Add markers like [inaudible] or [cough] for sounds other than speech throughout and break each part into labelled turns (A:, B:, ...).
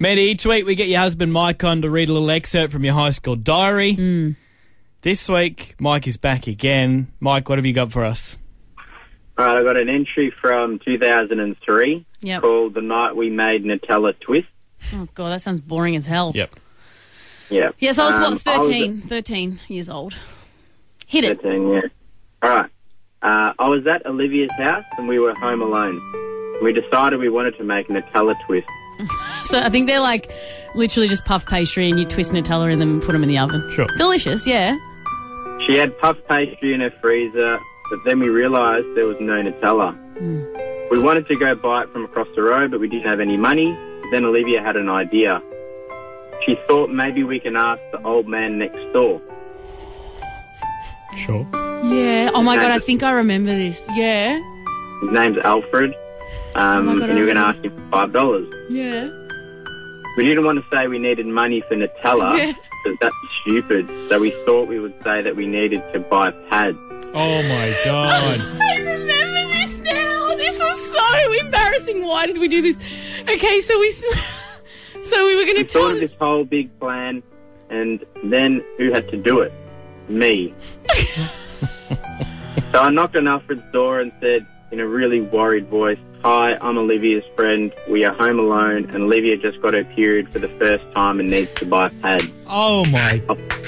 A: Maddie, each week we get your husband Mike on to read a little excerpt from your high school diary.
B: Hmm.
A: This week, Mike is back again. Mike, what have you got for us?
C: All right, I Uh, got an entry from 2003
B: Yep.
C: called "The Night We Made Nutella Twist."
B: Oh, God, that sounds boring as hell.
A: Yep.
C: Yeah.
B: Yes, I was,
C: Um,
B: what,
C: I was
B: 13? 13 years old. Hit
C: at
B: it.
C: 13, yeah. All right. Uh, I was at Olivia's house and we were home alone. We decided we wanted to make Nutella twist.
B: So I think they're like literally just puff pastry and you twist Nutella in them and put them in the oven.
A: Sure.
B: Delicious, yeah.
C: She had puff pastry in her freezer, but then we realised there was no Nutella.
B: Hmm.
C: We wanted to go buy it from across the road, but we didn't have any money. Then Olivia had an idea. She thought maybe we can ask the old man next door.
A: Sure.
B: Yeah. Oh my God, I think I remember this. Yeah.
C: His name's Alfred, um,
B: Oh my God,
C: and you were
B: I
C: going to ask him for five dollars.
B: Yeah.
C: We didn't want to say we needed money for Nutella
B: Yeah.
C: because that's stupid. So we thought we would say that we needed to buy pads.
A: Oh my God.
B: I remember this now. This was so embarrassing. Why did we do this? Okay, so we. s- [laughs] So we were going to
C: We
B: tell
C: thought of
B: this.
C: this whole big plan, and then who had to do it?
B: [laughs]
C: Me. so I knocked on Alfred's door and said, in a really worried voice, "Hi, I'm Olivia's friend. We are home alone, and Olivia just got her period for the first time and needs to buy pads."
A: Oh my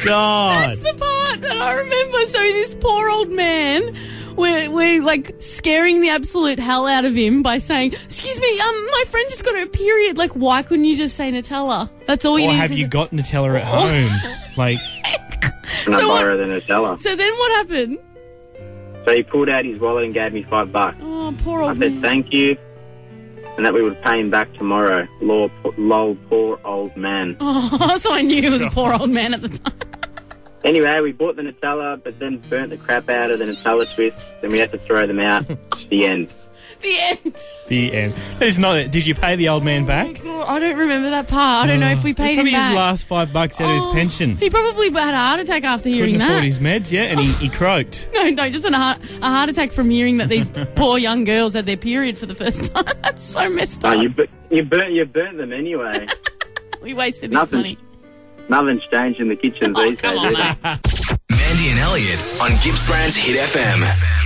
A: God.
B: That's the part that I remember. So this poor old man, we're, we're like scaring the absolute hell out of him by saying, "Excuse me, um, my friend just got her period. Like, why couldn't you just say Nutella? That's all you
A: Or
B: need." Oh.
A: have
B: to
A: you
B: say."
A: got Nutella at home? Like,
C: And
B: So
C: I
B: what-
C: buy her the Nutella.
B: so then what happened?
C: So he pulled out his wallet and gave me five bucks.
B: Oh, poor
C: I
B: old
C: said
B: man.
C: thank you, and that we would pay him back tomorrow. Lol, po- lol poor old man.
B: Oh, [laughs] so I knew he was a poor old man at the time. [laughs]
C: Anyway, we bought the Nutella, but then burnt the crap out of the Nutella twist. Then we had to throw them
B: [laughs]
C: out. the end.
B: The end.
A: the end. It's not it. Did you pay the old man back? Uh,
B: Oh, I don't remember that part. I don't know if we
A: It's
B: paid him
A: probably
B: back.
A: his last five bucks out of his
B: Oh,
A: pension.
B: He probably had a heart attack after hearing
A: Couldn't afford
B: that.
A: his meds, yeah, and he, he croaked.
B: [laughs] No, no, just an, a heart, a heart attack from hearing
C: [laughs]
B: that these poor young girls had their period for the first [laughs] time. That's so messed
C: Oh,
B: up.
C: you bu- you burnt you burnt them
B: [laughs]
C: anyway.
B: we wasted this
C: Nothing.
B: money.
C: Nothing's changed in the kitchen
B: Oh,
C: these
B: come
C: days.
B: on,
C: is it?
B: mate.
D: Mandy and Elliot on Gippsland's Hit FM.